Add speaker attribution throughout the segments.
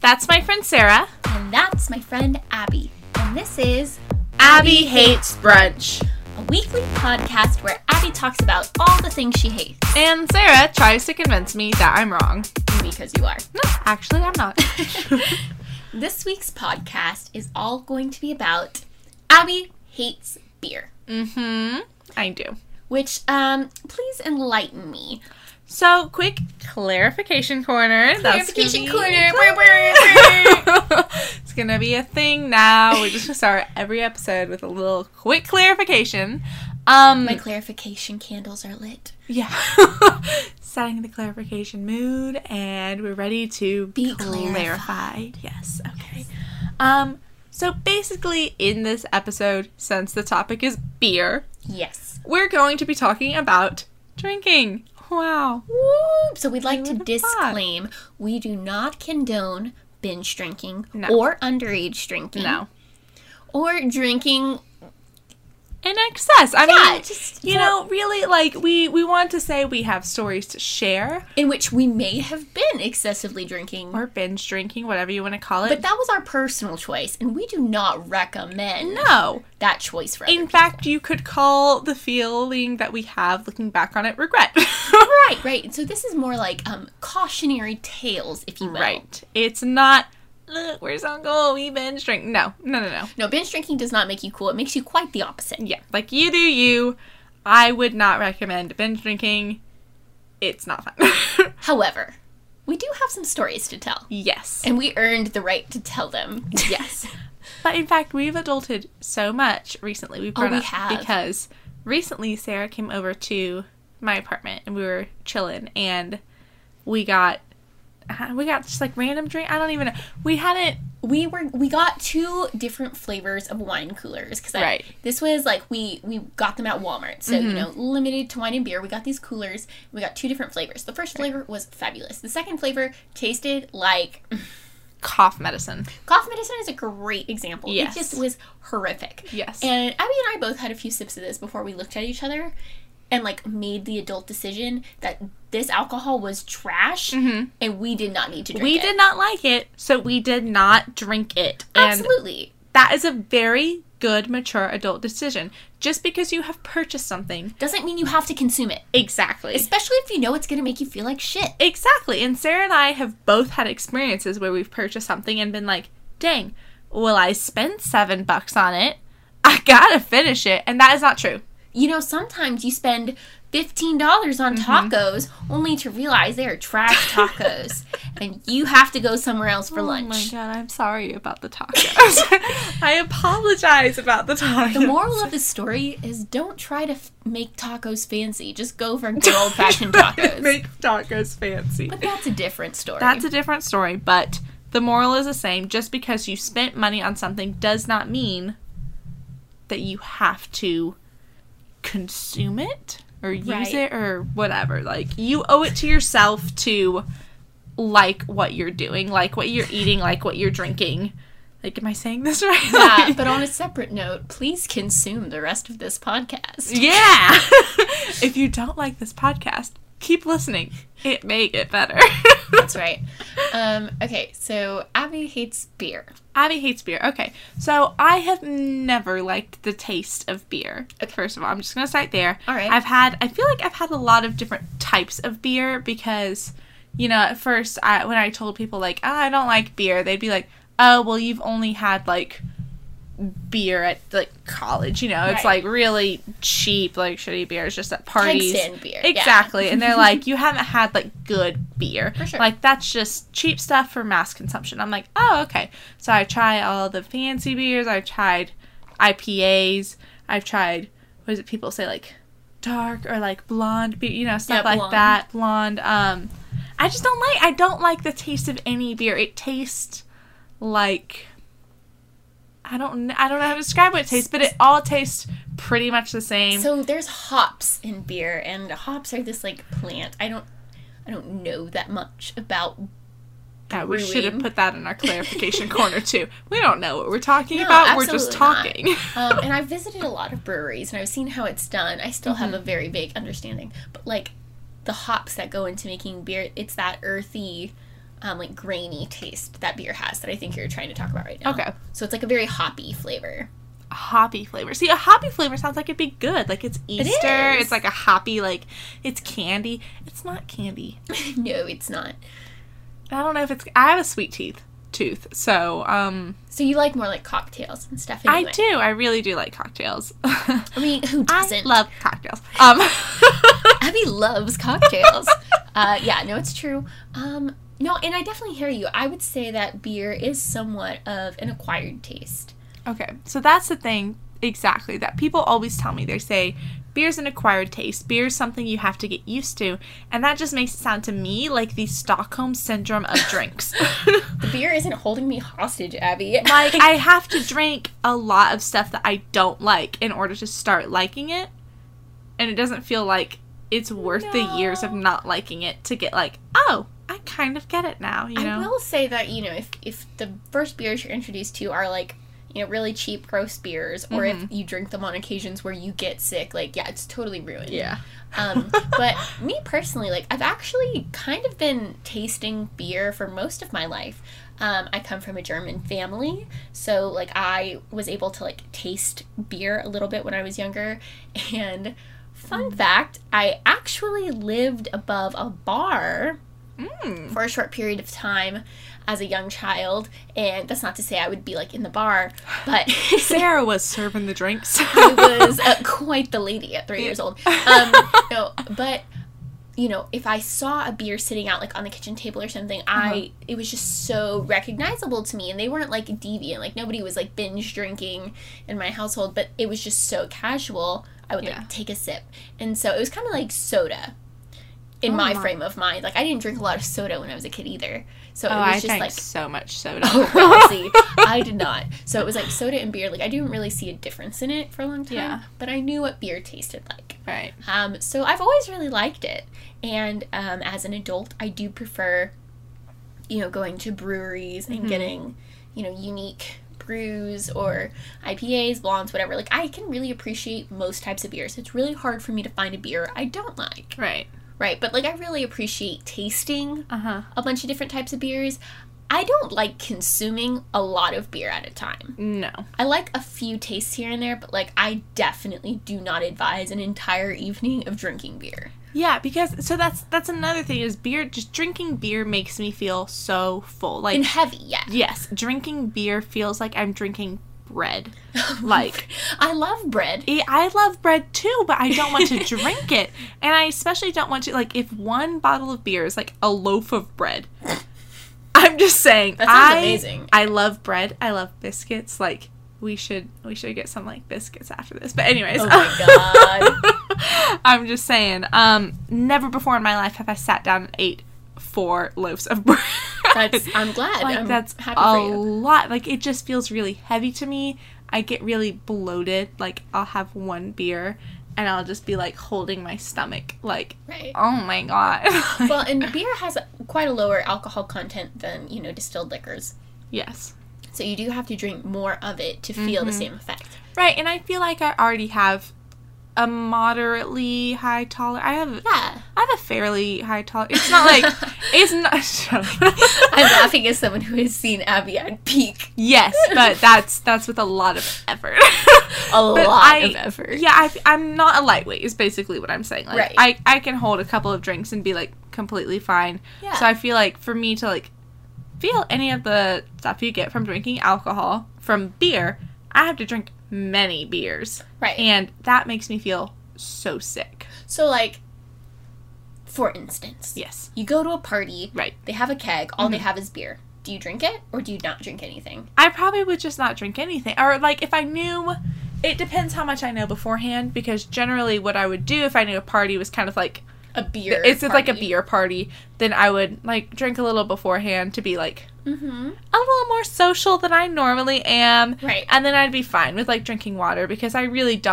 Speaker 1: That's my friend Sarah.
Speaker 2: And that's my friend Abby. And this is
Speaker 1: Abby hates brunch.
Speaker 2: a weekly podcast where Abby talks about all the things she hates.
Speaker 1: And Sarah tries to convince me that I'm wrong.
Speaker 2: Because you are.
Speaker 1: No, actually, I'm not.
Speaker 2: This week's podcast is all going to be about Abby hates beer.
Speaker 1: hmm. I do.
Speaker 2: Which, um, please enlighten me.
Speaker 1: So, quick clarification corner. That's gonna
Speaker 2: Clarification
Speaker 1: be-
Speaker 2: corner.
Speaker 1: it's gonna be a thing now. We're just gonna start every episode with a little quick clarification. Um,
Speaker 2: My clarification candles are lit.
Speaker 1: yeah, setting the clarification mood, and we're ready to
Speaker 2: Be
Speaker 1: clarify. Yes. Okay. Um. So basically, in this episode, since the topic is beer,
Speaker 2: Yes.
Speaker 1: we're going to be talking about drinking. Wow.
Speaker 2: Woo! So we'd like to
Speaker 1: would've thought?
Speaker 2: disclaim we do not condone binge drinking
Speaker 1: No.
Speaker 2: or underage drinking.
Speaker 1: No.
Speaker 2: Or drinking.
Speaker 1: In excess. I
Speaker 2: Yeah,
Speaker 1: mean,
Speaker 2: just
Speaker 1: you know, really, like we we want to say we have stories to share
Speaker 2: in which we may have been excessively drinking.
Speaker 1: or binge drinking, whatever you want to call it.
Speaker 2: but that was our personal choice, and we do not recommend
Speaker 1: no.
Speaker 2: that choice for
Speaker 1: In
Speaker 2: others.
Speaker 1: fact, you could call the feeling that we have looking back on it regret.
Speaker 2: Right, right. So this is more like um, cautionary tales, if you will.
Speaker 1: Right. It's not. Look, where's Uncle? We binge drink. No, no, no, no.
Speaker 2: No, binge drinking does not make you cool. It makes you quite the opposite.
Speaker 1: Yeah, like you do you. I would not recommend binge drinking. It's not fun.
Speaker 2: However, we do have some stories to tell,
Speaker 1: yes.
Speaker 2: and we earned the right to tell them.
Speaker 1: Yes. But in fact, we've adulted so much recently. We've grown
Speaker 2: Oh, we
Speaker 1: up
Speaker 2: have.
Speaker 1: because recently Sarah came over to my apartment and we were chilling and we got uh, we got just like random drink. I don't even know. We hadn't
Speaker 2: we were we got two different flavors of wine coolers because
Speaker 1: Right. Mm-hmm.
Speaker 2: this was like we we got them at Walmart so you know limited to wine and beer we got these coolers we got two different flavors the first flavor was fabulous the second flavor tasted like
Speaker 1: cough medicine.
Speaker 2: cough medicine is a great example
Speaker 1: Yes.
Speaker 2: it just was horrific
Speaker 1: Yes.
Speaker 2: and Abby and I both had a few sips of this before we looked at each other and like made the adult decision that this alcohol was trash and we did not need to drink
Speaker 1: Mm-hmm. we
Speaker 2: it.
Speaker 1: did not like it, so we did not drink it. And
Speaker 2: absolutely
Speaker 1: that is a very good mature adult decision. Just because you have purchased something.
Speaker 2: doesn't mean you have to consume it
Speaker 1: Exactly.
Speaker 2: especially if you know it's going to make you feel like shit.
Speaker 1: Exactly. And Sarah and I have both had experiences where we've purchased something and been like, dang, well, I spent seven bucks on it. I gotta finish it. And that is not true.
Speaker 2: You know, sometimes you spend $15 on
Speaker 1: Mm-hmm.
Speaker 2: tacos only to realize they are trash tacos and you have to go somewhere else for lunch.
Speaker 1: Oh god, I'm sorry about the tacos. I apologize about the tacos.
Speaker 2: The moral of the story is don't try to f- make tacos fancy. Just go for good old fashioned tacos.
Speaker 1: Make tacos fancy.
Speaker 2: But that's a different story.
Speaker 1: That's a different story, but the moral is the same. Just because you spent money on something does not mean that you have to consume it or use
Speaker 2: Right.
Speaker 1: it or whatever. Like, you owe it to yourself to like what you're doing, like what you're eating, like what you're drinking. Like, am I saying this right?
Speaker 2: yeah,
Speaker 1: Like-
Speaker 2: but on a separate note, please consume the rest of this podcast.
Speaker 1: yeah. if you don't like this podcast, keep listening. It may get better.
Speaker 2: That's right. Um, okay, so Abby hates beer.
Speaker 1: Abby hates beer. Okay, so I have never liked the taste of beer. First of all, I'm just gonna start there.
Speaker 2: All right.
Speaker 1: I've had. I feel like I've had a lot of different types of beer because, you know, at first I, when I told people like oh, I don't like beer, they'd be like, oh well, you've only had like beer at like college. You know, it's
Speaker 2: Right.
Speaker 1: like really cheap, like shitty beers just at parties.
Speaker 2: stand beer, yeah.
Speaker 1: Exactly, and they're like, you haven't had like good beer.
Speaker 2: For sure.
Speaker 1: Like that's just cheap stuff for mass consumption. I'm like, oh, okay. So I try all the fancy beers. I've tried IPAs. I've tried what is it? People say like dark or like blonde beer. You know, stuff
Speaker 2: Yeah,
Speaker 1: like
Speaker 2: blonde.
Speaker 1: that. Blonde. Um, I just don't like. I don't like the taste of any beer. It tastes like I don't. kn- I don't know how to describe what it tastes, but it all tastes pretty much the same.
Speaker 2: Mm-hmm. So there's hops in beer, and hops are this like plant. I don't, I don't know that much about.
Speaker 1: Yeah, we should have
Speaker 2: brewing.
Speaker 1: put that in our clarification corner too. We don't know what we're talking
Speaker 2: No,
Speaker 1: about. We're just
Speaker 2: absolutely
Speaker 1: talking.
Speaker 2: Um, and I've visited a lot of breweries, and I've seen how it's done. I still have a
Speaker 1: Mm-hmm.
Speaker 2: very vague understanding, but like the hops that go into making beer, it's that earthy, um, like grainy taste that beer has that I think you're trying to talk about right now.
Speaker 1: Okay.
Speaker 2: So it's like a very hoppy flavor.
Speaker 1: hoppy flavor. See, a hoppy flavor sounds like it'd be good. Like it's Easter.
Speaker 2: is.
Speaker 1: it's like a hoppy, like it's candy. It's not candy.
Speaker 2: no, it's not.
Speaker 1: I don't know if it's. I have a sweet teeth tooth, so um,
Speaker 2: So you like more like cocktails and stuff.
Speaker 1: I
Speaker 2: Anyway.
Speaker 1: do. I really do like cocktails.
Speaker 2: I mean, who
Speaker 1: I
Speaker 2: doesn't?
Speaker 1: love cocktails. Um,
Speaker 2: Abby loves cocktails. uh, yeah, no, it's true. Um, no, and I definitely hear you. I would say that beer is somewhat of an acquired taste.
Speaker 1: okay, so that's the thing exactly that people always tell me. They say beer's an acquired taste. Beer's something you have to get used to, and that just makes it sound to me like the Stockholm syndrome of drinks.
Speaker 2: The beer isn't holding me hostage, Abby.
Speaker 1: like I have to drink a lot of stuff that I don't like in order to start liking it, and it doesn't feel like it's worth the years of
Speaker 2: No.
Speaker 1: not liking it to get like, oh, I kind of get it now. You know,
Speaker 2: I will say that you know if if the first beers you're introduced to are like you know really cheap gross beers or if you drink them on occasions where you get sick like yeah it's totally ruined
Speaker 1: yeah.
Speaker 2: um but me personally like i've actually kind of been tasting beer for most of my life um, i come from a german family so like i was able to like taste beer a little bit when i was younger and fun fact i actually lived above a bar
Speaker 1: Mm.
Speaker 2: for a short period of time as a young child and that's not to say i would be like in the bar but
Speaker 1: Sarah was serving the drinks.
Speaker 2: i was uh, quite the lady at three years old um, no, but you know if i saw a beer sitting out like on the kitchen table or something
Speaker 1: Uh-huh.
Speaker 2: i it was just so recognizable to me and they weren't like deviant like nobody was like binge drinking in my household but it was just so casual i would
Speaker 1: Yeah.
Speaker 2: like take a sip and so it was kind of like soda in
Speaker 1: Oh
Speaker 2: my
Speaker 1: my.
Speaker 2: frame of mind like i didn't drink a lot of soda when i was a kid either so
Speaker 1: Oh,
Speaker 2: it was
Speaker 1: I
Speaker 2: just
Speaker 1: drank
Speaker 2: like
Speaker 1: so much soda.
Speaker 2: Oh, well, see, I did not. So it was like soda and beer. Like I didn't really see a difference in it for a long time,
Speaker 1: Yeah.
Speaker 2: but I knew what beer tasted like.
Speaker 1: right.
Speaker 2: Um, so I've always really liked it, and um, as an adult, I do prefer, you know, going to breweries and getting, you know, unique brews or IPAs, blondes, whatever. Like I can really appreciate most types of beers. It's really hard for me to find a beer I don't like,
Speaker 1: Right.
Speaker 2: right? But like I really appreciate tasting
Speaker 1: Uh huh.
Speaker 2: a bunch of different types of beers. I don't like consuming a lot of beer at a time.
Speaker 1: No.
Speaker 2: I like a few tastes here and there, but like I definitely do not advise an entire evening of drinking beer.
Speaker 1: Yeah, because so that's that's another thing is beer. Just drinking beer makes me feel so full. Like
Speaker 2: And heavy, yeah.
Speaker 1: yes, drinking beer feels like I'm drinking bread. Like
Speaker 2: Oh I love bread.
Speaker 1: I- I love bread too, but I don't want to drink it. And I especially don't want to like if one bottle of beer is like a loaf of bread. I'm just saying
Speaker 2: That sounds
Speaker 1: I,
Speaker 2: amazing.
Speaker 1: I love bread. I love biscuits. Like we should we should get some like biscuits after this. But anyways.
Speaker 2: Oh my
Speaker 1: god. I'm just saying, um never before in my life have I sat down and ate four loaves of bread.
Speaker 2: That's I'm glad.
Speaker 1: like
Speaker 2: I'm
Speaker 1: that's
Speaker 2: happy
Speaker 1: a
Speaker 2: for you.
Speaker 1: lot. Like it just feels really heavy to me. I get really bloated. Like I'll have one beer and I'll just be like holding my stomach. Like
Speaker 2: Right.
Speaker 1: oh my god.
Speaker 2: Well, and beer has quite a lower alcohol content than, you know, distilled liquors.
Speaker 1: yes.
Speaker 2: So you do have to drink more of it to feel
Speaker 1: Mm-hmm.
Speaker 2: the same effect.
Speaker 1: Right, and I feel like I already have a moderately high toler. I have
Speaker 2: Yeah.
Speaker 1: I have a fairly high toler. It's not like it's not.
Speaker 2: I'm laughing as someone who has seen Abby at peak
Speaker 1: Yes, but that's that's with a lot of effort.
Speaker 2: a
Speaker 1: But
Speaker 2: lot
Speaker 1: I-
Speaker 2: of effort.
Speaker 1: Yeah, I, I'm not a lightweight. Is basically what I'm saying. Like,
Speaker 2: Right.
Speaker 1: I I can hold a couple of drinks and be like completely fine.
Speaker 2: Yeah.
Speaker 1: So I feel like for me to like feel any of the stuff you get from drinking alcohol from beer, I have to drink many beers,
Speaker 2: Right.
Speaker 1: and that makes me feel so sick.
Speaker 2: So, like, for instance,
Speaker 1: Yes.
Speaker 2: you go to a party,
Speaker 1: Right.
Speaker 2: they have a keg, all
Speaker 1: Mm-hmm.
Speaker 2: they have is beer. Do you drink it or do you not drink anything?
Speaker 1: I probably would just not drink anything. Or like if I knew it depends how much I know beforehand because generally what I would do if I knew a party was kind of like
Speaker 2: A beer.
Speaker 1: it's just like a
Speaker 2: party.
Speaker 1: beer party, then I would like drink a little beforehand to be like
Speaker 2: Mhm.
Speaker 1: a little more social than I normally am.
Speaker 2: Right. I
Speaker 1: And then I'd be fine with like drinking water because I really don't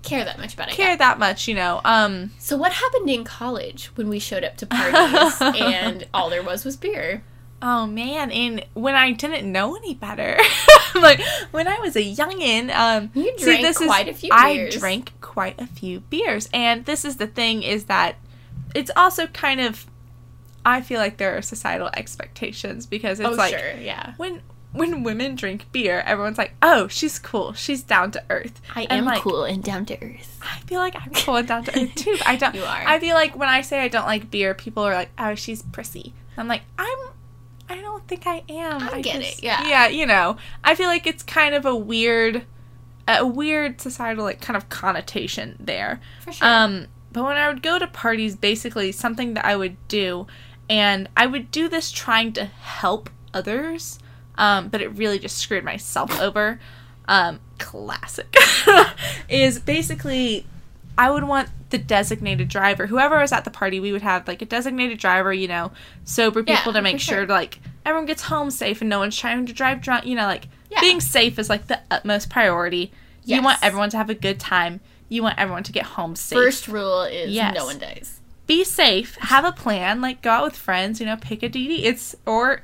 Speaker 2: don't care that much about it.
Speaker 1: care that much, you know. Um
Speaker 2: So, what happened in college when we showed up to parties and all there was was beer?
Speaker 1: Oh man, and when I didn't know any better, like when I was a youngin, um,
Speaker 2: You
Speaker 1: see,
Speaker 2: drank
Speaker 1: this is-
Speaker 2: quite a few beers.
Speaker 1: I drank quite a few beers, and this is the thing: is that it's also kind of I feel like there are societal expectations because it's
Speaker 2: oh,
Speaker 1: like
Speaker 2: sure, yeah.
Speaker 1: when when women drink beer, everyone's like, "Oh, she's cool. She's down to earth."
Speaker 2: I
Speaker 1: and,
Speaker 2: am
Speaker 1: like,
Speaker 2: cool and down to earth.
Speaker 1: I feel like I'm cool and down to earth too. but I don't.
Speaker 2: You are.
Speaker 1: I feel like when I say I don't like beer, people are like, "Oh, she's prissy." And I'm like, "I'm. I don't think I am.
Speaker 2: I get it, yeah.
Speaker 1: Yeah. You know. I feel like it's kind of a weird, a weird societal like kind of connotation there.
Speaker 2: For sure.
Speaker 1: Um, but when I would go to parties, basically something that I would do, and I would do this trying to help others, um, but it really just screwed myself over. Um, classic is basically I would want the designated driver. Whoever was at the party, we would have like a designated driver, you know, sober
Speaker 2: Yeah,
Speaker 1: people to make
Speaker 2: for sure.
Speaker 1: sure like everyone gets home safe and no one's trying to drive drunk, you know, like
Speaker 2: Yeah.
Speaker 1: being safe is like the utmost priority. You want
Speaker 2: Yes.
Speaker 1: everyone to have a good time. You want everyone to get home safe.
Speaker 2: First rule is
Speaker 1: Yes.
Speaker 2: no one dies.
Speaker 1: be safe. Have a plan. Like go out with friends. You know, pick a DD. It's or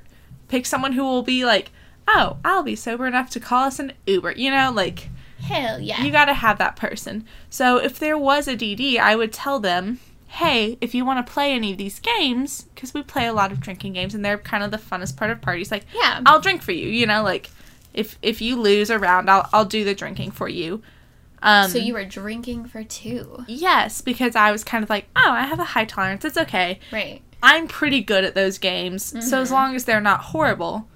Speaker 1: pick someone who will be like, oh, I'll be sober enough to call us an Uber. You know, like
Speaker 2: Hell yeah.
Speaker 1: you got to have that person. So if there was a DD, I would tell them, hey, if you want to play any of these games, because we play a lot of drinking games, and they're kind of the funnest part of parties. Like,
Speaker 2: Yeah.
Speaker 1: I'll drink for you. You know, like if if you lose a round, I'll I'll do the drinking for you. Um,
Speaker 2: so you were drinking for two.
Speaker 1: yes, because I was kind of like, oh, I have a high tolerance. It's okay.
Speaker 2: Right.
Speaker 1: I'm pretty good at those games, so
Speaker 2: Mm-hmm.
Speaker 1: as long as they're not horrible,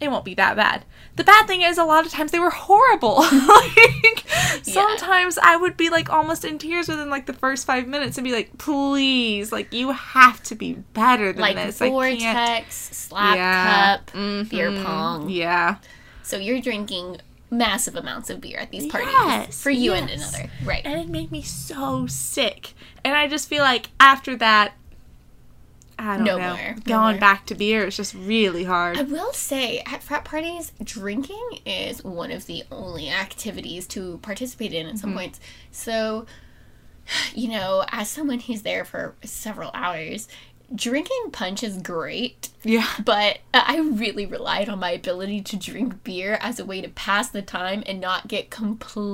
Speaker 1: it won't be that bad. The bad thing is, a lot of times they were horrible. like, sometimes I would be like almost in tears within like the first five minutes and be like, please, like, you have to be better than
Speaker 2: Like
Speaker 1: this. I can't.
Speaker 2: vortex, slap
Speaker 1: Yeah. Mm-hmm.
Speaker 2: cup, beer pong.
Speaker 1: Yeah.
Speaker 2: So you're drinking massive amounts of beer at these parties
Speaker 1: Yes,
Speaker 2: for you and
Speaker 1: yes.
Speaker 2: another. Right.
Speaker 1: And it made me so sick. And I just feel like after that, I don't
Speaker 2: No
Speaker 1: know.
Speaker 2: more. No
Speaker 1: Going
Speaker 2: more.
Speaker 1: back to beer is just really hard.
Speaker 2: I will say at frat parties, drinking is one of the only activities to participate in at some points. So, you know, as someone who's there for several hours, drinking punch is great.
Speaker 1: yeah.
Speaker 2: but I really relied on my ability to drink beer as a way to pass the time and not get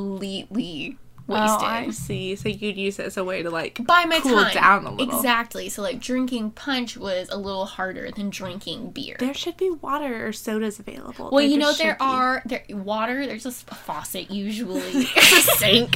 Speaker 2: completely
Speaker 1: Oh, I
Speaker 2: wasted.
Speaker 1: see. So you'd use it as a way to like
Speaker 2: by my
Speaker 1: cool
Speaker 2: time.
Speaker 1: down a little.
Speaker 2: Exactly. So like drinking punch was a little harder than drinking beer.
Speaker 1: There should be water or sodas available.
Speaker 2: well, you know
Speaker 1: just should
Speaker 2: there
Speaker 1: be.
Speaker 2: are there water, there's just a faucet usually sink.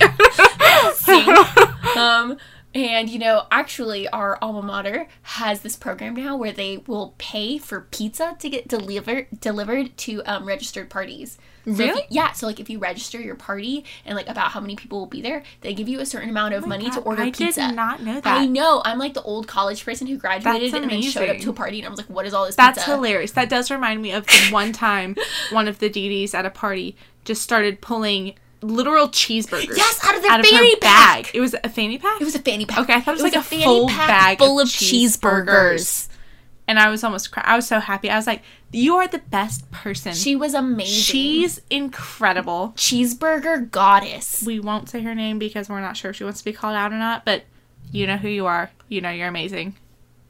Speaker 2: sink. Um, and you know, actually, our alma mater has this program now where they will pay for pizza to get delivered delivered to um, registered parties. So if you-
Speaker 1: Really?
Speaker 2: yeah. So like, if you register your party and like about how many people will be there, they give you a certain amount of money to
Speaker 1: Oh God,
Speaker 2: order
Speaker 1: I
Speaker 2: pizza.
Speaker 1: did not know that.
Speaker 2: I know. I'm like the old college person who graduated
Speaker 1: That's
Speaker 2: and then showed up
Speaker 1: amazing.
Speaker 2: to a party and I was like, "What is all this
Speaker 1: That's
Speaker 2: pizza?"
Speaker 1: hilarious. That does remind me of the one time one of the DDs at a party just started pulling literal cheeseburgers.
Speaker 2: Yes, out of their
Speaker 1: her
Speaker 2: fanny pack.
Speaker 1: bag. It was a fanny pack.
Speaker 2: It was a fanny pack.
Speaker 1: Okay, I thought it was like a
Speaker 2: fanny
Speaker 1: full
Speaker 2: pack
Speaker 1: bag
Speaker 2: full
Speaker 1: of
Speaker 2: of cheeseburgers.
Speaker 1: and I was almost. Cry- I was so happy. I was like, "You are the best person.
Speaker 2: She was amazing.
Speaker 1: She's incredible."
Speaker 2: cheeseburger goddess.
Speaker 1: we won't say her name because we're not sure if she wants to be called out or not, but you know who you are. You know you're amazing.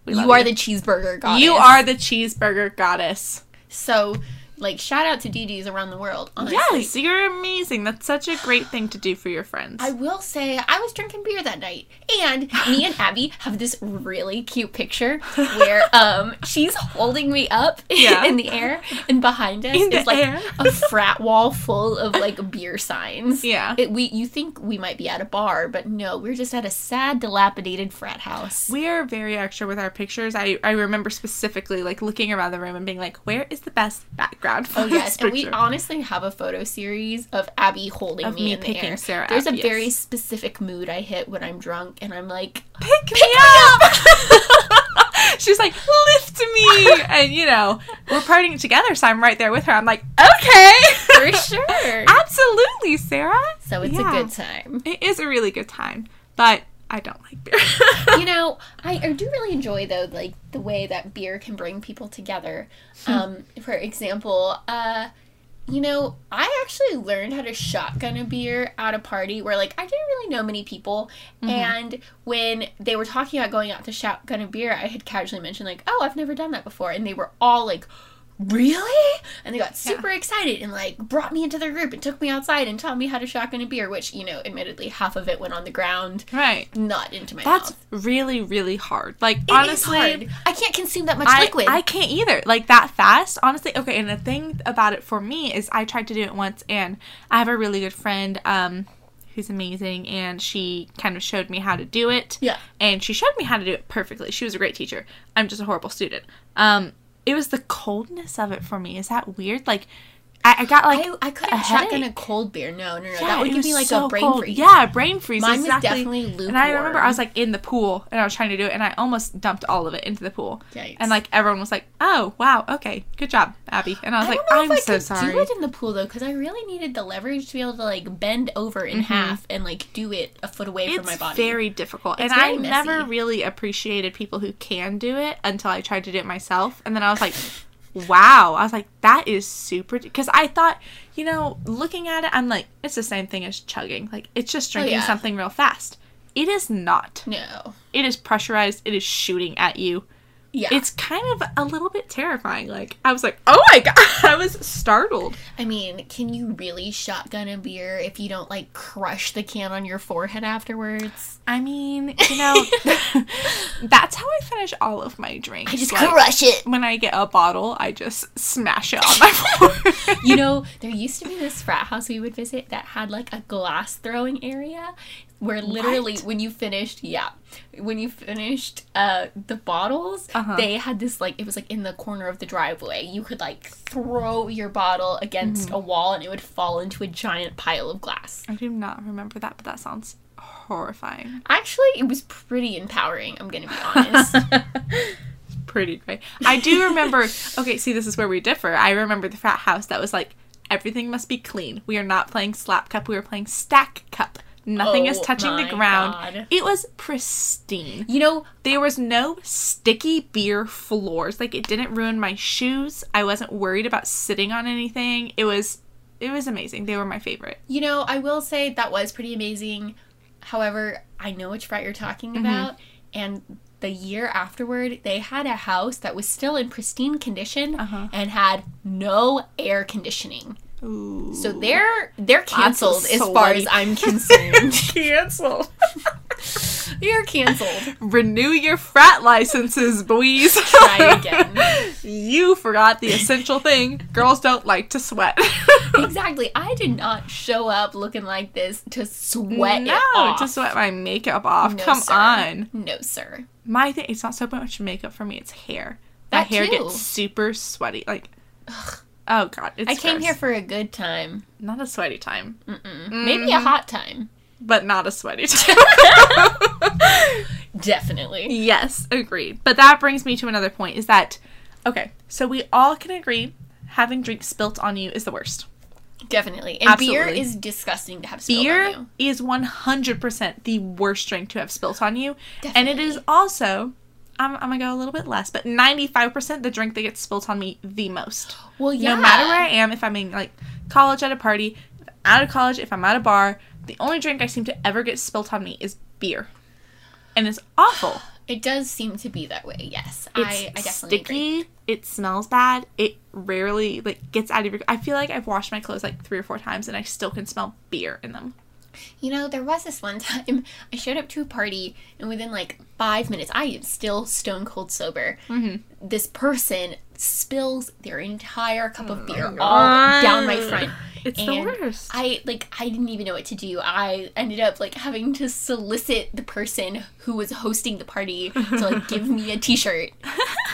Speaker 1: We love
Speaker 2: you are the cheeseburger goddess.
Speaker 1: You are the cheeseburger goddess.
Speaker 2: So, like, shout out to DDs around the world. Honestly.
Speaker 1: Yes, you're amazing. That's such a great thing to do for your friends.
Speaker 2: I will say I was drinking beer that night, and me and Abby have this really cute picture where um she's holding me up
Speaker 1: Yeah.
Speaker 2: in the air, and behind us
Speaker 1: In the
Speaker 2: is like
Speaker 1: air.
Speaker 2: a frat wall full of like beer signs.
Speaker 1: Yeah.
Speaker 2: it, we you think we might be at a bar, but no, we're just at a sad, dilapidated frat house.
Speaker 1: we are very extra with our pictures. I, I remember specifically like looking around the room and being like, where is the best background for
Speaker 2: Oh yes,
Speaker 1: this
Speaker 2: and we
Speaker 1: picture?
Speaker 2: honestly have a photo series of Abby holding
Speaker 1: Of
Speaker 2: me,
Speaker 1: me
Speaker 2: in the
Speaker 1: picking
Speaker 2: air.
Speaker 1: Sarah
Speaker 2: There's
Speaker 1: up,
Speaker 2: a
Speaker 1: yes.
Speaker 2: very specific mood I hit when I'm drunk, and I'm like,
Speaker 1: Pick me up! She's like, lift me! And you know, we're partying together, so I'm right there with her. I'm like, okay!
Speaker 2: for sure.
Speaker 1: Absolutely, Sarah.
Speaker 2: so it's
Speaker 1: Yeah.
Speaker 2: a good time.
Speaker 1: It is a really good time, but I don't like beer.
Speaker 2: You know, I, I do really enjoy though, like the way that beer can bring people together. Um, for example, uh. You know, I actually learned how to shotgun a beer at a party where, like, I didn't really know many people. And when they were talking about going out to shotgun a beer, I had casually mentioned, like, oh, I've never done that before. And they were all like, really? And they got super excited and like brought me into their group and took me outside and taught me how to shotgun a beer, which, you know, admittedly half of it went on the ground,
Speaker 1: Right.
Speaker 2: not into my
Speaker 1: That's
Speaker 2: mouth.
Speaker 1: really, really hard. Like,
Speaker 2: It is
Speaker 1: honestly,
Speaker 2: hard. I can't consume that much
Speaker 1: I,
Speaker 2: liquid.
Speaker 1: I can't either. Like that fast, honestly. Okay, and the thing about it for me is I tried to do it once, and I have a really good friend um, who's amazing, and she kind of showed me how to do it.
Speaker 2: Yeah.
Speaker 1: And she showed me how to do it perfectly. She was a great teacher. I'm just a horrible student. Um, it was the coldness of it for me. Is that weird? Like, I, I got like
Speaker 2: I, I couldn't
Speaker 1: a
Speaker 2: shotgun a
Speaker 1: headache.
Speaker 2: cold beer. No, no, no.
Speaker 1: Yeah,
Speaker 2: that would
Speaker 1: it
Speaker 2: give me
Speaker 1: was
Speaker 2: like
Speaker 1: so
Speaker 2: a brain
Speaker 1: cold.
Speaker 2: freeze.
Speaker 1: Yeah, a brain freeze.
Speaker 2: Mine was
Speaker 1: exactly.
Speaker 2: definitely
Speaker 1: And I remember I
Speaker 2: lukewarm.
Speaker 1: was like in the pool and I was trying to do it and I almost dumped all of it into the pool.
Speaker 2: Yikes.
Speaker 1: And like everyone was like, "Oh wow, okay, good job, Abby." And I was
Speaker 2: I
Speaker 1: like,
Speaker 2: don't know
Speaker 1: "I'm
Speaker 2: if I
Speaker 1: so
Speaker 2: could
Speaker 1: sorry."
Speaker 2: do it in the pool though, because I really needed the leverage to be able to like bend over in half and like do it a foot away from
Speaker 1: It's
Speaker 2: my body.
Speaker 1: very difficult, and
Speaker 2: Mm-hmm. very
Speaker 1: I never
Speaker 2: messy.
Speaker 1: really appreciated people who can do it until I tried to do it myself, and then I was like. Wow, I was like, that is super. Because I thought, you know, looking at it, I'm like, it's the same thing as chugging. Like, it's just drinking
Speaker 2: Oh, yeah.
Speaker 1: something real fast. It is not.
Speaker 2: no,
Speaker 1: It is pressurized. It is shooting at you.
Speaker 2: yeah.
Speaker 1: It's kind of a little bit terrifying. Like I was like, oh my god, I was startled.
Speaker 2: I mean, can you really shotgun a beer if you don't like crush the can on your forehead afterwards?
Speaker 1: I mean, you know, that's how I finish all of my drinks.
Speaker 2: I just
Speaker 1: Like,
Speaker 2: crush it.
Speaker 1: when I get a bottle, I just smash it on my forehead.
Speaker 2: You know, there used to be this frat house we would visit that had like a glass throwing area where literally
Speaker 1: What?
Speaker 2: when you finished, yeah, when you finished uh the bottles,
Speaker 1: Uh-huh.
Speaker 2: they had this like it was like in the corner of the driveway. You could like throw your bottle against
Speaker 1: Mm-hmm.
Speaker 2: a wall and it would fall into a giant pile of glass.
Speaker 1: I do not remember that, but that sounds horrifying.
Speaker 2: Actually, it was pretty empowering, I'm going to be honest.
Speaker 1: Pretty great. I do remember. Okay, see, this is where we differ. I remember the frat house that was like everything must be clean. We are not playing slap cup. We are playing stack cup. Nothing is
Speaker 2: Oh
Speaker 1: touching the
Speaker 2: my
Speaker 1: ground.
Speaker 2: God.
Speaker 1: It was pristine.
Speaker 2: you know,
Speaker 1: There was no sticky beer floors. Like it didn't ruin my shoes. I wasn't worried about sitting on anything. It was it was amazing. They were my favorite.
Speaker 2: You know, I will say that was pretty amazing. However, I know which frat you're talking
Speaker 1: Mm-hmm.
Speaker 2: about, and the year afterward, they had a house that was still in pristine condition
Speaker 1: Uh-huh.
Speaker 2: and had no air conditioning.
Speaker 1: Ooh.
Speaker 2: So they're they're canceled as
Speaker 1: soy.
Speaker 2: far as I'm concerned.
Speaker 1: canceled.
Speaker 2: you're canceled.
Speaker 1: Renew your frat licenses, boys.
Speaker 2: Try again.
Speaker 1: you forgot the essential thing. Girls don't like to sweat.
Speaker 2: Exactly. I did not show up looking like this to sweat
Speaker 1: no,
Speaker 2: it off.
Speaker 1: to sweat my makeup off.
Speaker 2: No,
Speaker 1: Come
Speaker 2: sir.
Speaker 1: on.
Speaker 2: No, sir.
Speaker 1: My thing it's not so much makeup for me, it's hair. my
Speaker 2: That
Speaker 1: hair
Speaker 2: too.
Speaker 1: gets super sweaty. Like Oh god, it's
Speaker 2: I came
Speaker 1: gross.
Speaker 2: here for a good time.
Speaker 1: not a sweaty time,
Speaker 2: Maybe
Speaker 1: Mm-hmm.
Speaker 2: a hot time.
Speaker 1: but not a sweaty time.
Speaker 2: Definitely.
Speaker 1: yes, agreed. But that brings me to another point is that okay, so we all can agree having drinks spilt on you is the worst.
Speaker 2: Definitely. And beer
Speaker 1: Absolutely.
Speaker 2: is disgusting to have spilled on
Speaker 1: Beer
Speaker 2: you.
Speaker 1: is 100% the worst drink to have spilt on you, and it is
Speaker 2: Definitely.
Speaker 1: also I'm, I'm gonna go a little bit less, but 95% the drink that gets spilt on me the most.
Speaker 2: Well, yeah.
Speaker 1: No matter where I am, if I'm in like college at a party, out of college, if I'm at a bar, the only drink I seem to ever get spilt on me is beer. And it's awful.
Speaker 2: It does seem to be that way, yes.
Speaker 1: It's
Speaker 2: I, I definitely agree.
Speaker 1: sticky. It smells bad. It rarely like gets out of your. I feel like I've washed my clothes like three or four times, and I still can smell beer in them.
Speaker 2: You know, there was this one time I showed up to a party, and within like five minutes, I am still stone cold sober.
Speaker 1: Mm-hmm.
Speaker 2: This person spills their entire cup of beer
Speaker 1: Mm.
Speaker 2: all
Speaker 1: God.
Speaker 2: down my front.
Speaker 1: It's the worst.
Speaker 2: I like I didn't even know what to do. I ended up like having to solicit the person who was hosting the party to like give me a t-shirt.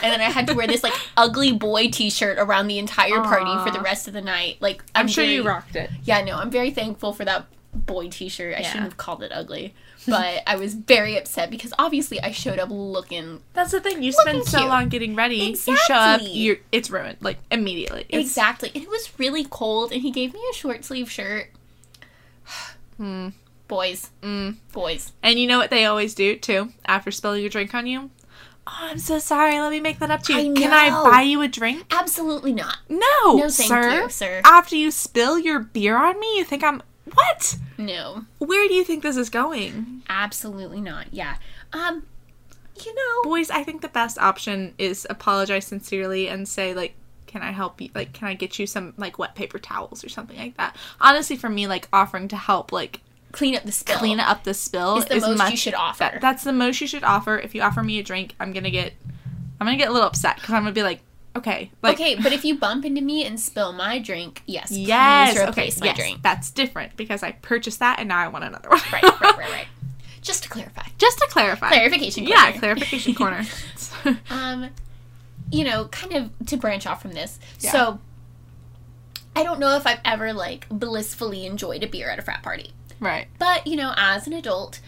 Speaker 2: And then I had to wear this like ugly boy t-shirt around the entire party for the rest of the night. Like I'm,
Speaker 1: I'm sure you
Speaker 2: very-
Speaker 1: rocked it.
Speaker 2: Yeah, no, I'm very thankful for that boy t-shirt. I
Speaker 1: Yeah.
Speaker 2: shouldn't have called it ugly, but I was very upset because obviously I showed up looking
Speaker 1: That's the thing. You
Speaker 2: Looking
Speaker 1: spend so
Speaker 2: cute.
Speaker 1: long getting ready. You show up.
Speaker 2: Exactly.
Speaker 1: You it's ruined like immediately. It's,
Speaker 2: Exactly. And it was really cold, and he gave me a short sleeve shirt.
Speaker 1: Hmm.
Speaker 2: Boys.
Speaker 1: Mm.
Speaker 2: Boys.
Speaker 1: And you know what they always do too after spilling your drink on you. Oh, I'm so sorry. Let me make that up to you.
Speaker 2: I
Speaker 1: Can I
Speaker 2: know.
Speaker 1: buy you a drink?
Speaker 2: Absolutely not.
Speaker 1: No,
Speaker 2: No, thank
Speaker 1: Oh, sir.
Speaker 2: you, sir.
Speaker 1: After you spill your beer on me, you think I'm what?
Speaker 2: No.
Speaker 1: Where do you think this is going?
Speaker 2: Absolutely not. Yeah. Um, you know,
Speaker 1: Boys, I think the best option is apologize sincerely and say like, can I help you? Like, can I get you some like wet paper towels or something like that? Honestly, for me, like offering to help, like
Speaker 2: Clean up the spill.
Speaker 1: clean up the spill
Speaker 2: Is the most you should offer.
Speaker 1: that- that's the most you should offer. If you offer me a drink, I'm gonna get, I'm gonna get a little upset because I'm gonna be like, okay, like,
Speaker 2: okay, but if you bump into me and spill my drink, yes,
Speaker 1: yes,
Speaker 2: please
Speaker 1: okay,
Speaker 2: replace my
Speaker 1: yes,
Speaker 2: drink.
Speaker 1: that's different because I purchased that and now I want another one.
Speaker 2: right, right, right, right. Just to clarify.
Speaker 1: Just to clarify.
Speaker 2: Clarification corner.
Speaker 1: Yeah, clarification corner.
Speaker 2: um, you know, kind of to branch off from this.
Speaker 1: Yeah.
Speaker 2: So, I don't know if I've ever like blissfully enjoyed a beer at a frat party,
Speaker 1: right.
Speaker 2: but you know, as an adult,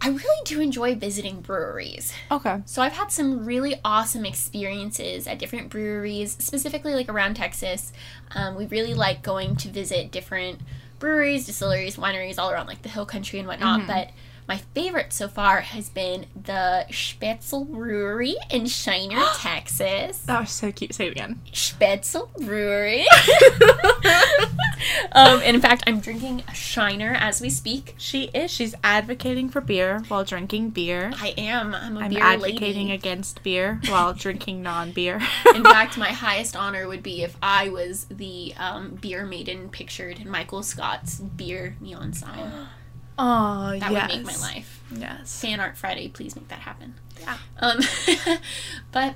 Speaker 2: I really do enjoy visiting breweries.
Speaker 1: Okay.
Speaker 2: So I've had some really awesome experiences at different breweries, specifically like around Texas. Um, we really like going to visit different breweries, distilleries, wineries all around like the hill country and whatnot.
Speaker 1: Mm-hmm.
Speaker 2: But my favorite so far has been the Spetzel Brewery in Shiner, Texas.
Speaker 1: That was so cute. Say it again.
Speaker 2: Spetzel Brewery. um, and in fact, I'm drinking a Shiner as we speak.
Speaker 1: She is. She's advocating for beer while drinking beer.
Speaker 2: I am. I'm a
Speaker 1: I'm
Speaker 2: beer
Speaker 1: advocating
Speaker 2: lady.
Speaker 1: against beer while drinking non-beer.
Speaker 2: In fact, my highest honor would be if I was the um, beer maiden pictured in Michael Scott's beer neon sign.
Speaker 1: oh,
Speaker 2: That
Speaker 1: yes.
Speaker 2: would make my life.
Speaker 1: Yes.
Speaker 2: Fan Art Friday, please make that happen.
Speaker 1: Yeah.
Speaker 2: Um, but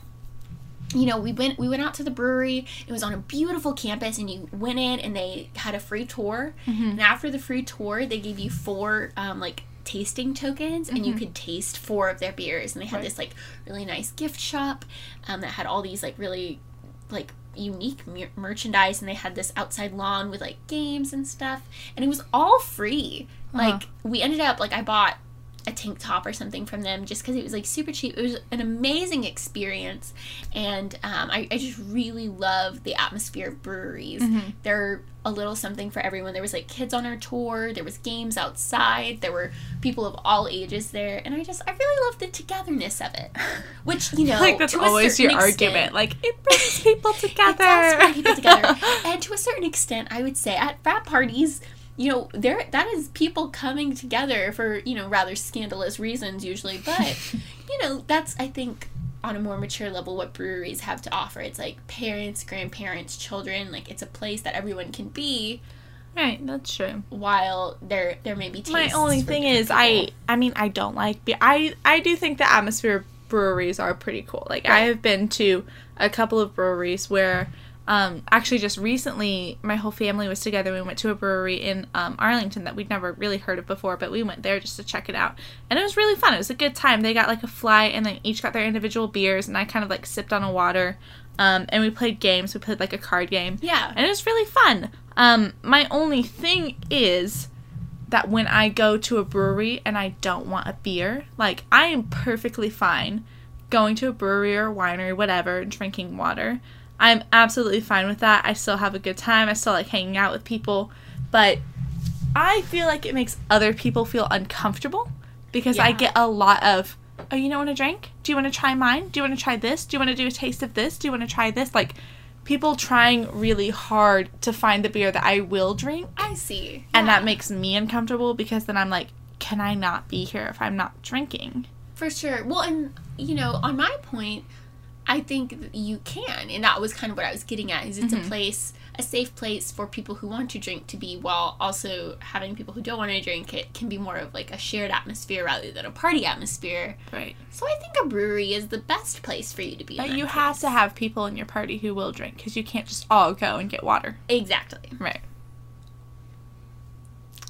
Speaker 2: you know, we went we went out to the brewery. It was on a beautiful campus, and you went in, and they had a free tour.
Speaker 1: Mm-hmm.
Speaker 2: And after the free tour, they gave you four um, like tasting tokens, and you could taste four of their beers. And they had
Speaker 1: Mm-hmm. Right.
Speaker 2: this like really nice gift shop um, that had all these like really like unique mer- merchandise and they had this outside lawn with like games and stuff and it was all free like we ended up like i bought a tank top or something from them just because it was like super cheap it was an amazing experience and um, I, I just really love the atmosphere of breweries
Speaker 1: Mm-hmm.
Speaker 2: they're a little something for everyone there was like kids on our tour there was games outside there were people of all ages there and i just i really love the togetherness of it which you know
Speaker 1: like that's
Speaker 2: to a
Speaker 1: always your
Speaker 2: certain extent-
Speaker 1: argument. Like it brings people together.
Speaker 2: it does bring people together. and to a certain extent, I would say at frat parties, you know, there that is people coming together for you know rather scandalous reasons usually, but you know that's I think on a more mature level what breweries have to offer. It's like parents, grandparents, children. Like it's a place that everyone can be
Speaker 1: right. That's true.
Speaker 2: while there there may be. Tastes
Speaker 1: My only
Speaker 2: for
Speaker 1: thing
Speaker 2: different
Speaker 1: is, I
Speaker 2: people.
Speaker 1: I mean, I don't like beer. I I do think the atmosphere of breweries are pretty cool. Like I
Speaker 2: Right.
Speaker 1: have been to a couple of breweries where, um, actually just recently, my whole family was together. We went to a brewery in um, Arlington that we'd never really heard of before, but we went there just to check it out, and it was really fun. It was a good time. They got like a fly, and then each got their individual beers, and I kind of like sipped on a water. Um, and we played games. We played like a card game
Speaker 2: yeah.
Speaker 1: and it was really fun. Um, my only thing is that when I go to a brewery and I don't want a beer, like I am perfectly fine going to a brewery or winery, whatever, and drinking water. I'm absolutely fine with that. I still have a good time. I still like hanging out with people, but I feel like it makes other people feel uncomfortable because I
Speaker 2: Yeah.
Speaker 1: get a lot of, oh, you don't want to drink? Do you want to try mine? Do you want to try this? Do you want to do a taste of this? Do you want to try this? Like people trying really hard to find the beer that I will drink.
Speaker 2: I see.
Speaker 1: And
Speaker 2: Yeah.
Speaker 1: that makes me uncomfortable because then I'm like, can I not be here if I'm not drinking?
Speaker 2: For sure. Well, and you know, on my point, I think that you can, and that was kind of what I was getting at. Is it's
Speaker 1: Mm-hmm.
Speaker 2: a place, a safe place for people who want to drink to be, while also having people who don't want to drink it can be more of like a shared atmosphere rather than a party atmosphere.
Speaker 1: Right.
Speaker 2: So I think a brewery is the best place for you to be. in
Speaker 1: But
Speaker 2: that
Speaker 1: you have
Speaker 2: case.
Speaker 1: to have people in your party who will drink because you can't just all go and get water.
Speaker 2: exactly.
Speaker 1: Right.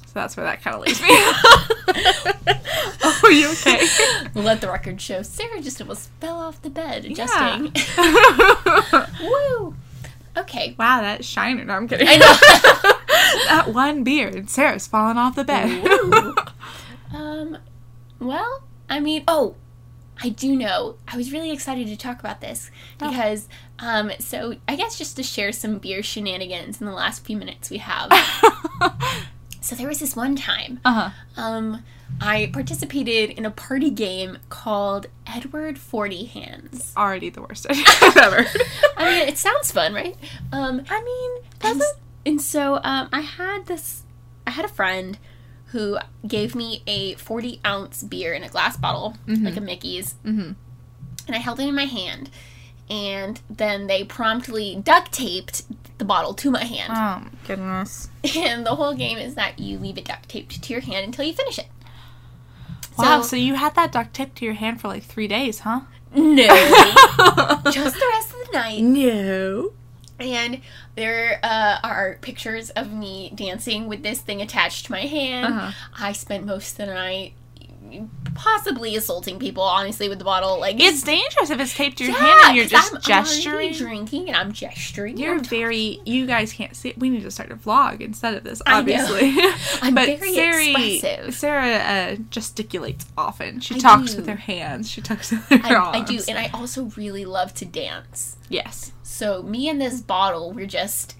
Speaker 1: So that's where that kind of leaves me. oh, are you okay?
Speaker 2: Let the record show. Sarah just almost fell off the bed adjusting. Woo. Okay.
Speaker 1: wow, that shiner. No, I'm kidding.
Speaker 2: I know.
Speaker 1: that one beer and Sarah's falling off the bed.
Speaker 2: Ooh. Um, well, I mean, oh, I do know. I was really excited to talk about this
Speaker 1: Oh.
Speaker 2: because, um, so I guess just to share some beer shenanigans in the last few minutes we have.
Speaker 1: Ah. uh-huh.
Speaker 2: so there was this one time, um, I participated in a party game called Edward Forty Hands.
Speaker 1: Already the worst idea I've ever.
Speaker 2: I mean, it sounds fun, right? Um,
Speaker 1: I mean,
Speaker 2: and, and so um, I had this, I had a friend who gave me a 40
Speaker 1: Mm-hmm.
Speaker 2: ounce beer in a glass bottle, like a Mickey's,
Speaker 1: Mhm.
Speaker 2: and I held it in my hand. and then they promptly duct taped the bottle to my hand.
Speaker 1: Oh my goodness.
Speaker 2: And the whole game is that you leave it duct taped to your hand until you finish it.
Speaker 1: Wow, so, you had that duct taped to your hand for like three days, huh?
Speaker 2: no, just the rest of the night.
Speaker 1: no.
Speaker 2: And there uh, are pictures of me dancing with this thing attached to my hand.
Speaker 1: Uh-huh.
Speaker 2: I spent most of the night possibly assaulting people, honestly, with the bottle. Like
Speaker 1: It's dangerous if it's taped to your
Speaker 2: Yeah,
Speaker 1: hand and you're
Speaker 2: 'cause
Speaker 1: just
Speaker 2: I'm already
Speaker 1: gesturing.
Speaker 2: drinking, and I'm gesturing. and
Speaker 1: You're
Speaker 2: I'm
Speaker 1: very. You guys can't see. it. We need to start a vlog instead of this,
Speaker 2: I know.
Speaker 1: obviously.
Speaker 2: I'm
Speaker 1: but
Speaker 2: very
Speaker 1: Sarah,
Speaker 2: expressive.
Speaker 1: Sarah uh, gesticulates often. She
Speaker 2: I
Speaker 1: talks
Speaker 2: do.
Speaker 1: with her hands. She talks with her
Speaker 2: I,
Speaker 1: arms.
Speaker 2: I do, and I also really love to dance.
Speaker 1: Yes.
Speaker 2: So me and this bottle were just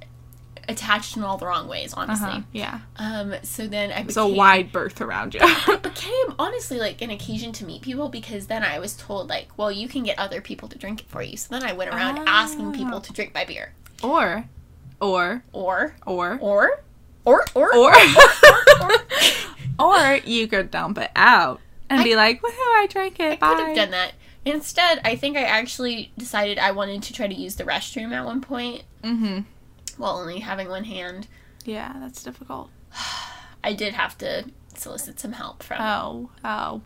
Speaker 2: attached in all the wrong ways, honestly.
Speaker 1: Uh-huh. Yeah.
Speaker 2: Um, so then I
Speaker 1: It's
Speaker 2: became,
Speaker 1: a wide berth around you.
Speaker 2: became honestly like an occasion to meet people because then I was told like, well, you can get other people to drink it for you. So then I went around
Speaker 1: Ah.
Speaker 2: asking people to drink my beer,
Speaker 1: or, or,
Speaker 2: or
Speaker 1: or,
Speaker 2: or or or
Speaker 1: or,
Speaker 2: or.
Speaker 1: or you could dump it out and
Speaker 2: I-
Speaker 1: be like, "Woohoo! I drank it.
Speaker 2: I
Speaker 1: Bye."
Speaker 2: could have done that. Instead, I think I actually decided I wanted to try to use the restroom at one point
Speaker 1: Mm-hmm.
Speaker 2: while only having one hand.
Speaker 1: Yeah, that's difficult.
Speaker 2: I did have to solicit some help from.
Speaker 1: Oh, oh.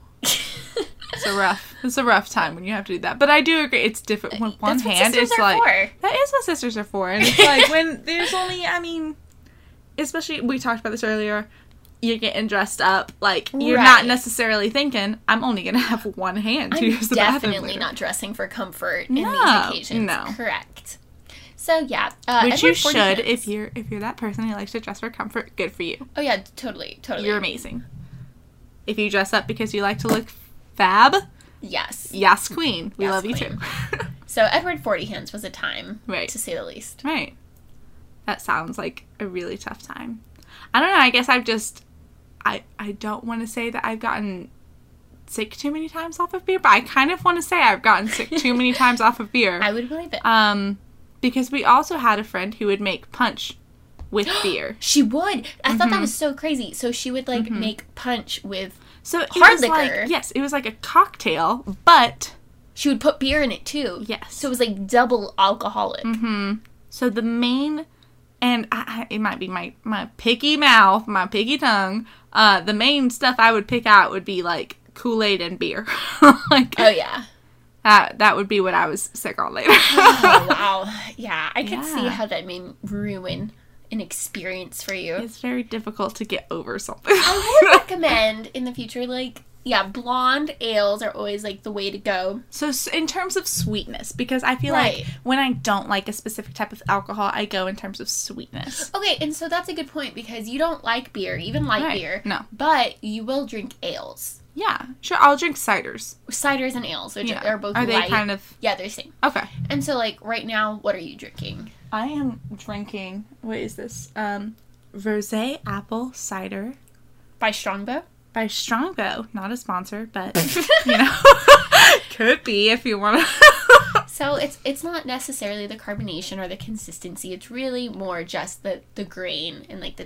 Speaker 1: It's a rough. It's a rough time when you have to do that. But I do agree. It's different when one
Speaker 2: Uh, That's what
Speaker 1: hand.
Speaker 2: sisters
Speaker 1: It's
Speaker 2: are
Speaker 1: like
Speaker 2: for.
Speaker 1: that is what sisters are for. And it's like when there's only. I mean, especially we talked about this earlier. You're getting dressed up. Like you're
Speaker 2: Right.
Speaker 1: not necessarily thinking. I'm only gonna have one hand to
Speaker 2: I'm
Speaker 1: use the bathroom.
Speaker 2: definitely
Speaker 1: later."
Speaker 2: not dressing for comfort in
Speaker 1: No,
Speaker 2: these occasions.
Speaker 1: no.
Speaker 2: Correct. So yeah, uh,
Speaker 1: Which
Speaker 2: every
Speaker 1: you
Speaker 2: 40
Speaker 1: should
Speaker 2: minutes-
Speaker 1: if you're if you're that person who likes to dress for comfort. Good for you.
Speaker 2: Oh yeah, totally, totally.
Speaker 1: You're amazing. If you dress up because you like to look fab,
Speaker 2: Yes.
Speaker 1: yes, queen. We
Speaker 2: Yes,
Speaker 1: love you
Speaker 2: queen.
Speaker 1: too.
Speaker 2: So Edward Forty Hands was a time,
Speaker 1: Right.
Speaker 2: to say the least.
Speaker 1: Right. That sounds like a really tough time. I don't know. I guess I've just I I don't want to say that I've gotten sick too many times off of beer, but I kind of want to say I've gotten sick too many times off of beer.
Speaker 2: I would believe it.
Speaker 1: Um because we also had a friend who would make punch with beer.
Speaker 2: she would. I thought
Speaker 1: mm-hmm.
Speaker 2: that was so crazy. So she would like make punch with.
Speaker 1: So it
Speaker 2: Hard
Speaker 1: was like
Speaker 2: liquor.
Speaker 1: yes, it was like a cocktail, but
Speaker 2: She would put beer in it too.
Speaker 1: yes. Mm-hmm.
Speaker 2: So it was like double alcoholic.
Speaker 1: So the main, and I, I, it might be my my picky mouth, my picky tongue. Uh, the main stuff I would pick out would be like Kool Aid and beer. like
Speaker 2: Oh yeah.
Speaker 1: that, that would be what I was sick on later.
Speaker 2: Oh wow. Yeah, I could see
Speaker 1: Yeah.
Speaker 2: how that may ruin an experience for you.
Speaker 1: it's very difficult to get over something.
Speaker 2: I would recommend in the future, like, yeah, blonde ales are always like the way to go.
Speaker 1: so s- in terms of sweetness, because I feel
Speaker 2: Right.
Speaker 1: like when I don't like a specific type of alcohol, I go in terms of sweetness.
Speaker 2: Okay, and so that's a good point because you don't like beer, even light
Speaker 1: Right,
Speaker 2: beer.
Speaker 1: no.
Speaker 2: But you will drink ales.
Speaker 1: Yeah, sure. I'll drink ciders.
Speaker 2: Ciders and ales, which
Speaker 1: Yeah.
Speaker 2: are both
Speaker 1: Are they
Speaker 2: light.
Speaker 1: kind of
Speaker 2: yeah, they're same.
Speaker 1: okay?
Speaker 2: And so, like, right now, what are you drinking?
Speaker 1: I am drinking. What is this? Um, rosé apple cider
Speaker 2: By Strongbow?
Speaker 1: by Strongbow. Not a sponsor, but you know, could be if you want to.
Speaker 2: So it's it's not necessarily the carbonation or the consistency. It's really more just the the grain and like the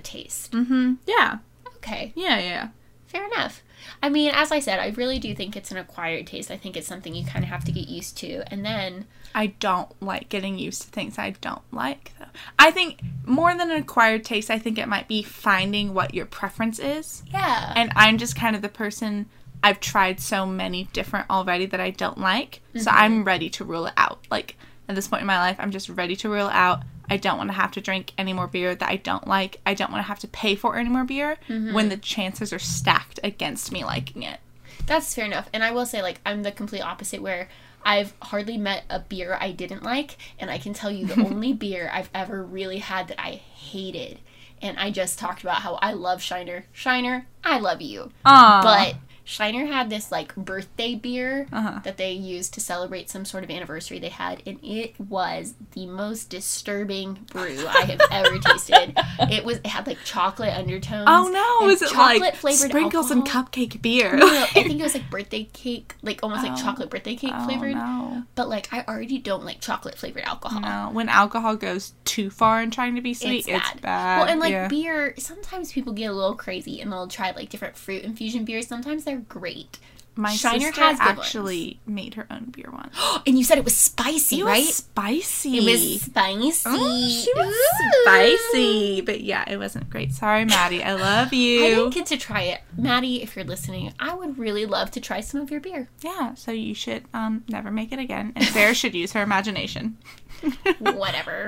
Speaker 2: taste.
Speaker 1: mm-hmm. Yeah,
Speaker 2: Okay.
Speaker 1: yeah, yeah.
Speaker 2: Fair enough. I mean, as I said, I really do think it's an acquired taste. I think it's something you kind of have to get used to. And then,
Speaker 1: I don't like getting used to things I don't like. Though I think more than an acquired taste, I think it might be finding what your preference is.
Speaker 2: yeah.
Speaker 1: And I'm just kind of the person. I've tried so many different already that I don't like. So
Speaker 2: Mm-hmm.
Speaker 1: I'm ready to rule it out. Like at this point in my life, I'm just ready to rule it out. I don't want to have to drink any more beer that I don't like. I don't want to have to pay for any more beer
Speaker 2: Mm-hmm.
Speaker 1: when the chances are stacked against me liking it.
Speaker 2: That's fair enough. And I will say, like, I'm the complete opposite where I've hardly met a beer I didn't like. And I can tell you the only beer I've ever really had that I hated. And I just talked about how I love Shiner. Shiner, I love you.
Speaker 1: Aww.
Speaker 2: But Shiner had this, like, birthday beer
Speaker 1: Uh-huh.
Speaker 2: that they used to celebrate some sort of anniversary they had. And it was the most disturbing brew I have ever tasted. It was, it had, like, chocolate undertones.
Speaker 1: oh no,
Speaker 2: and
Speaker 1: was it like
Speaker 2: chocolate-flavored
Speaker 1: sprinkles
Speaker 2: alcohol.
Speaker 1: and cupcake beer?
Speaker 2: No, I think it was like birthday cake, like almost like
Speaker 1: Oh.
Speaker 2: chocolate birthday cake
Speaker 1: Oh,
Speaker 2: flavored.
Speaker 1: no.
Speaker 2: But like I already don't like chocolate flavored alcohol.
Speaker 1: No, when alcohol goes too far in trying to be sweet,
Speaker 2: It's,
Speaker 1: it's
Speaker 2: bad.
Speaker 1: bad.
Speaker 2: Well, and like
Speaker 1: yeah.
Speaker 2: beer, sometimes people get a little crazy and they'll try like different fruit infusion beers. Sometimes they're great,
Speaker 1: my
Speaker 2: Shiner
Speaker 1: sister
Speaker 2: has good ones.
Speaker 1: actually made her own beer once.
Speaker 2: and you said it was spicy,
Speaker 1: it
Speaker 2: right?
Speaker 1: was spicy.
Speaker 2: it was spicy.
Speaker 1: Ooh, Oh, she was
Speaker 2: Ooh.
Speaker 1: spicy, but yeah, it wasn't great. Sorry, Maddie. I love you.
Speaker 2: I didn't get to try it. Maddie, if you're listening, I would really love to try some of your beer.
Speaker 1: yeah, so you should um never make it again, and Sarah should use her imagination.
Speaker 2: Whatever.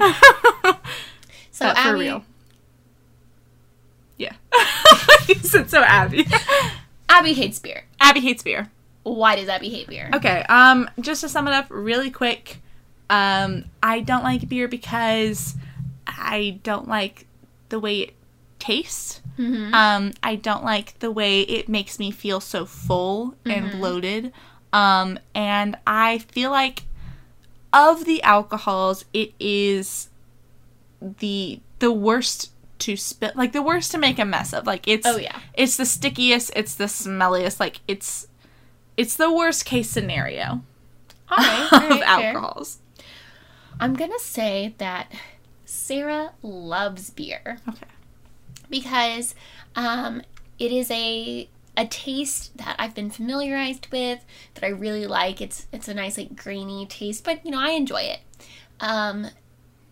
Speaker 2: So
Speaker 1: but for
Speaker 2: Abby,
Speaker 1: real. Yeah. you said so, Abby.
Speaker 2: Abby hates beer.
Speaker 1: Abby hates beer.
Speaker 2: Why does Abby hate beer?
Speaker 1: Okay. Um, just to sum it up really quick, um, I don't like beer because I don't like the way it tastes.
Speaker 2: Mhm.
Speaker 1: Um, I don't like the way it makes me feel so full
Speaker 2: Mm-hmm.
Speaker 1: and bloated. Um, and I feel like of the alcohols, it is the the worst to spit like the worst to make a mess of like it's
Speaker 2: Oh, yeah.
Speaker 1: it's the stickiest it's the smelliest like it's it's the worst case scenario
Speaker 2: All right, all
Speaker 1: of
Speaker 2: right, fair.
Speaker 1: alcohols
Speaker 2: I'm gonna say that Sarah loves beer.
Speaker 1: Okay.
Speaker 2: Because um, it is a a taste that I've been familiarized with that I really like. It's it's a nice like grainy taste, but you know I enjoy it. Um,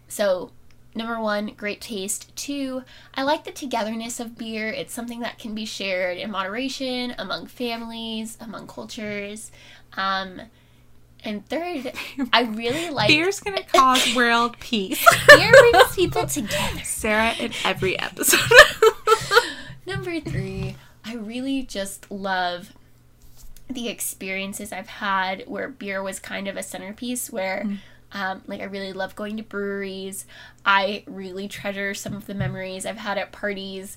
Speaker 2: so number one, great taste. Two, I like the togetherness of beer. It's something that can be shared in moderation among families, among cultures. Um, and third, I really like
Speaker 1: beer's gonna cause world peace
Speaker 2: Beer brings people together.
Speaker 1: sarah in every episode
Speaker 2: Number three, I really just love the experiences I've had where beer was kind of a centerpiece. Where, um, like, I really love going to breweries. I really treasure some of the memories I've had at parties,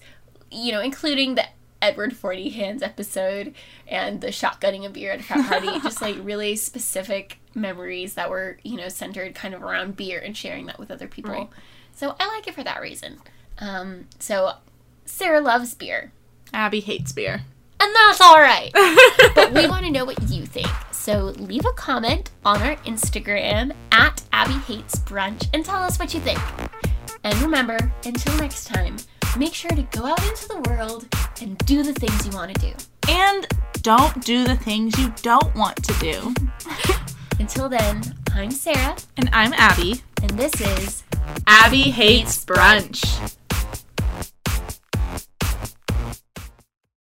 Speaker 2: you know, including the Edward Forty Hands episode and the shotgunning of beer at a frat party. just like really specific memories that were, you know, centered kind of around beer and sharing that with other people.
Speaker 1: Right.
Speaker 2: So I like it for that reason. Um, so Sarah loves beer,
Speaker 1: abby hates beer
Speaker 2: and that's all right. But we want to know what you think. So leave a comment on our Instagram at Abby Hates Brunch and tell us what you think. And remember, until next time, make sure to go out into the world and do the things you want to do.
Speaker 1: and don't do the things you don't want to do
Speaker 2: Until then, I'm Sarah,
Speaker 1: and i'm abby
Speaker 2: and this is
Speaker 1: abby hates brunch